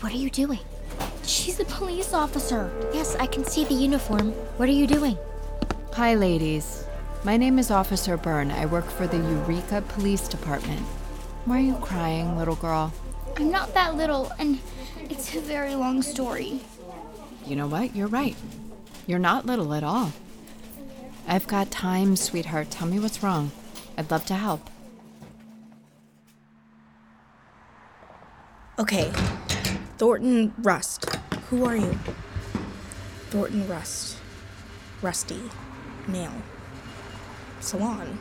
what are you doing? She's a police officer. Yes, I can see the uniform. What are you doing? Hi, ladies. My name is Officer Byrne. I work for the Eureka Police Department. Why are you crying, little girl? I'm not that little, and it's a very long story. You know what? You're right. You're not little at all. I've got time, sweetheart. Tell me what's wrong. I'd love to help. Okay. Thornton Rust. Who are you? Thornton Rust. Rusty. Nail. Salon.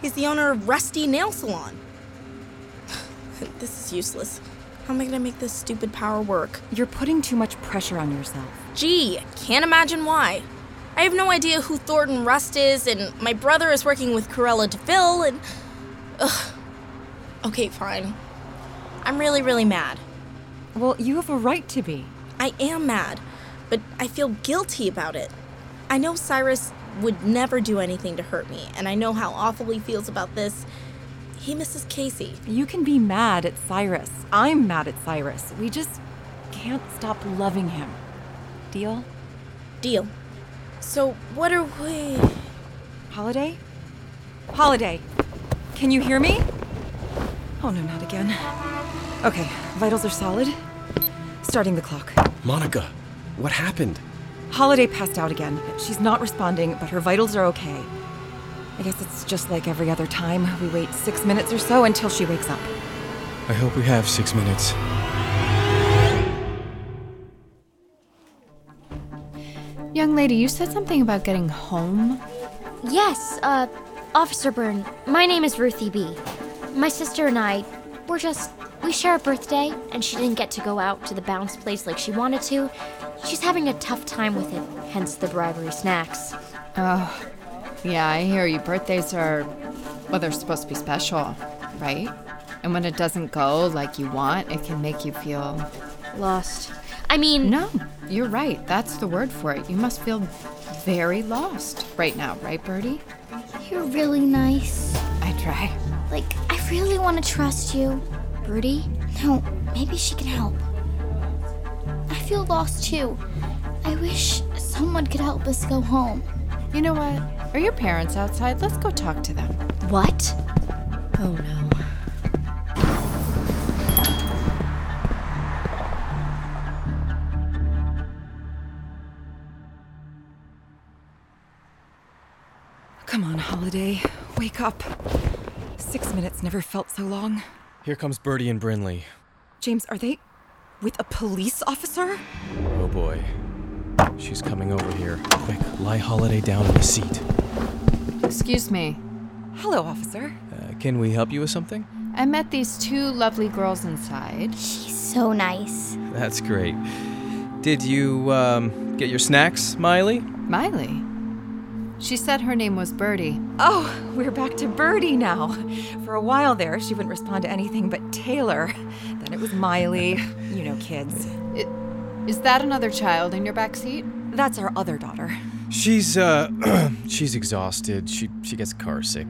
He's the owner of Rusty Nail Salon. this is useless. How am I gonna make this stupid power work? You're putting too much pressure on yourself. Gee, can't imagine why. I have no idea who Thornton Rust is, and my brother is working with Corella DeVille, and. Ugh. Okay, fine. I'm really, really mad. Well, you have a right to be. I am mad, but I feel guilty about it. I know Cyrus would never do anything to hurt me, and I know how awful he feels about this. He misses Casey. You can be mad at Cyrus. I'm mad at Cyrus. We just can't stop loving him. Deal? Deal. So, what are we. Holiday? Holiday! Can you hear me? Oh no, not again. Okay, vitals are solid. Starting the clock. Monica, what happened? Holiday passed out again. She's not responding, but her vitals are okay. I guess it's just like every other time. We wait six minutes or so until she wakes up. I hope we have six minutes. Young lady, you said something about getting home. Yes, uh, Officer Byrne, my name is Ruthie B. My sister and I, we're just, we share a birthday, and she didn't get to go out to the bounce place like she wanted to. She's having a tough time with it, hence the bribery snacks. Oh, yeah, I hear you. Birthdays are, well, they're supposed to be special, right? And when it doesn't go like you want, it can make you feel. Lost. I mean, No, you're right. That's the word for it. You must feel very lost right now, right, Birdie? you're really nice. I try. Like, I really want to trust you. Birdie? No, maybe she can help. I feel lost too. I wish someone could help us go home. You know what? Are your parents outside? Let's go talk to them. What? Oh, no. Come on, Holiday. Wake up. Six minutes never felt so long. Here comes Birdie and Brinley. James, are they with a police officer? Oh boy. She's coming over here. Quick, lie Holiday down in the seat. Excuse me. Hello, officer. Uh, can we help you with something? I met these two lovely girls inside. She's so nice. That's great. Did you um, get your snacks, Miley? Miley. She said her name was Birdie. Oh, we're back to Birdie now. For a while there, she wouldn't respond to anything but Taylor. Then it was Miley. You know, kids. I- Is that another child in your back seat? That's our other daughter. She's uh she's exhausted. She she gets car sick.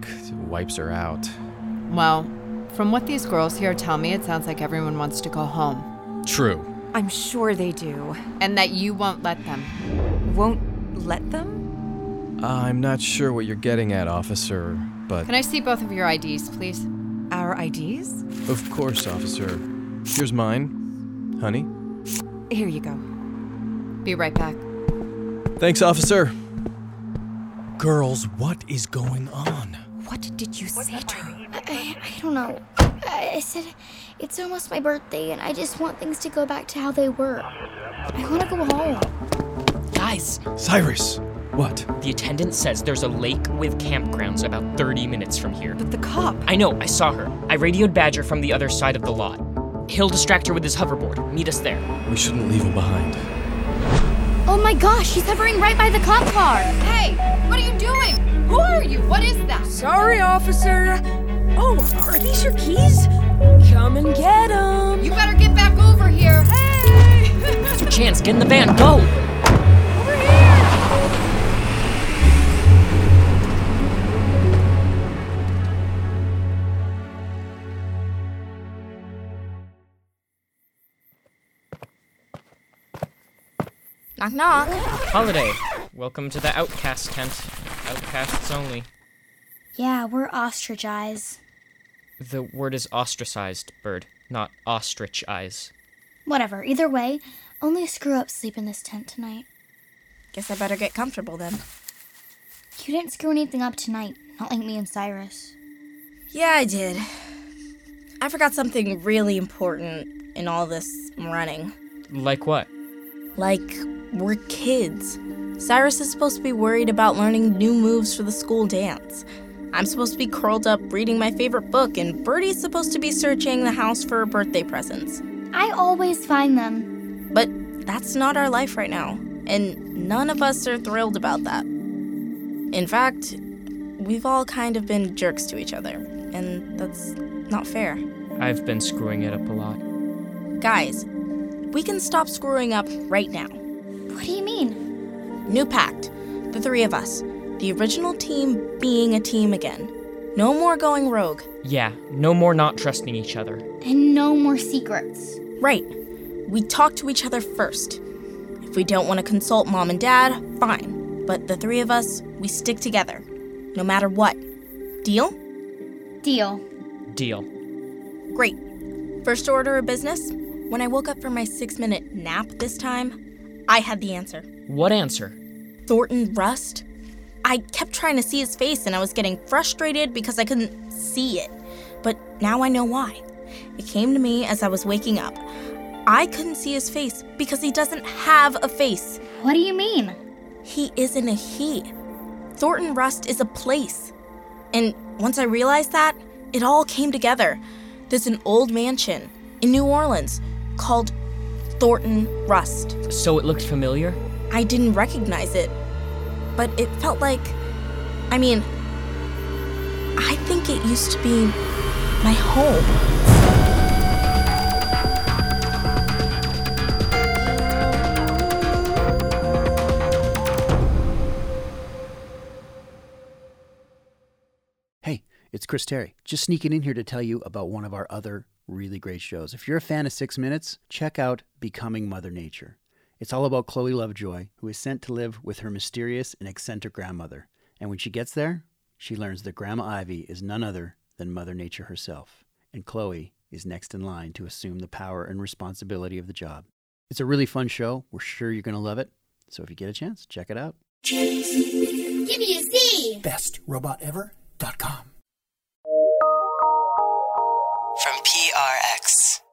Wipes her out. Well, from what these girls here tell me, it sounds like everyone wants to go home. True. I'm sure they do. And that you won't let them. Won't let them? I'm not sure what you're getting at, officer, but Can I see both of your IDs, please? Our IDs? of course, officer. Here's mine. Honey. Here you go. Be right back. Thanks, officer. Girls, what is going on? What did you say to her? I, I, I don't know. I, I said, it's almost my birthday, and I just want things to go back to how they were. I want to go home. Guys, Cyrus. What? the attendant says there's a lake with campgrounds about 30 minutes from here. But the cop. I know, I saw her. I radioed Badger from the other side of the lot. He'll distract her with his hoverboard. Meet us there. We shouldn't leave him behind. Oh my gosh, she's hovering right by the cop car. Hey, what are you doing? Who are you? What is that? Sorry, officer. Oh, are these your keys? Come and get 'em. You better get back over here. That's your chance. Get in the van. Go! Knock, knock. Holiday, welcome to the outcast tent. Outcasts only. Yeah, we're ostrachized. The word is ostracized, bird, not ostrich eyes. Whatever, either way, only screw ups sleep in this tent tonight. Guess I better get comfortable then. You didn't screw anything up tonight, not like me and Cyrus. Yeah, I did. I forgot something really important in all this running. Like what? Like, we're kids. Cyrus is supposed to be worried about learning new moves for the school dance. I'm supposed to be curled up reading my favorite book, and Bertie's supposed to be searching the house for birthday presents. I always find them. But that's not our life right now, and none of us are thrilled about that. In fact, we've all kind of been jerks to each other, and that's not fair. I've been screwing it up a lot. Guys, we can stop screwing up right now. What do you mean? New pact. The three of us. The original team being a team again. No more going rogue. Yeah, no more not trusting each other. And no more secrets. Right. We talk to each other first. If we don't want to consult mom and dad, fine. But the three of us, we stick together. No matter what. Deal? Deal. Deal. Great. First order of business when I woke up from my six minute nap this time, I had the answer. What answer? Thornton Rust? I kept trying to see his face and I was getting frustrated because I couldn't see it. But now I know why. It came to me as I was waking up. I couldn't see his face because he doesn't have a face. What do you mean? He isn't a he. Thornton Rust is a place. And once I realized that, it all came together. There's an old mansion in New Orleans called Thornton Rust. So it looked familiar? I didn't recognize it, but it felt like. I mean, I think it used to be my home. Hey, it's Chris Terry. Just sneaking in here to tell you about one of our other really great shows. If you're a fan of Six Minutes, check out Becoming Mother Nature. It's all about Chloe Lovejoy, who is sent to live with her mysterious and eccentric grandmother. And when she gets there, she learns that Grandma Ivy is none other than Mother Nature herself. And Chloe is next in line to assume the power and responsibility of the job. It's a really fun show. We're sure you're going to love it. So if you get a chance, check it out. Give me a C! bestrobotever.com. From PRX.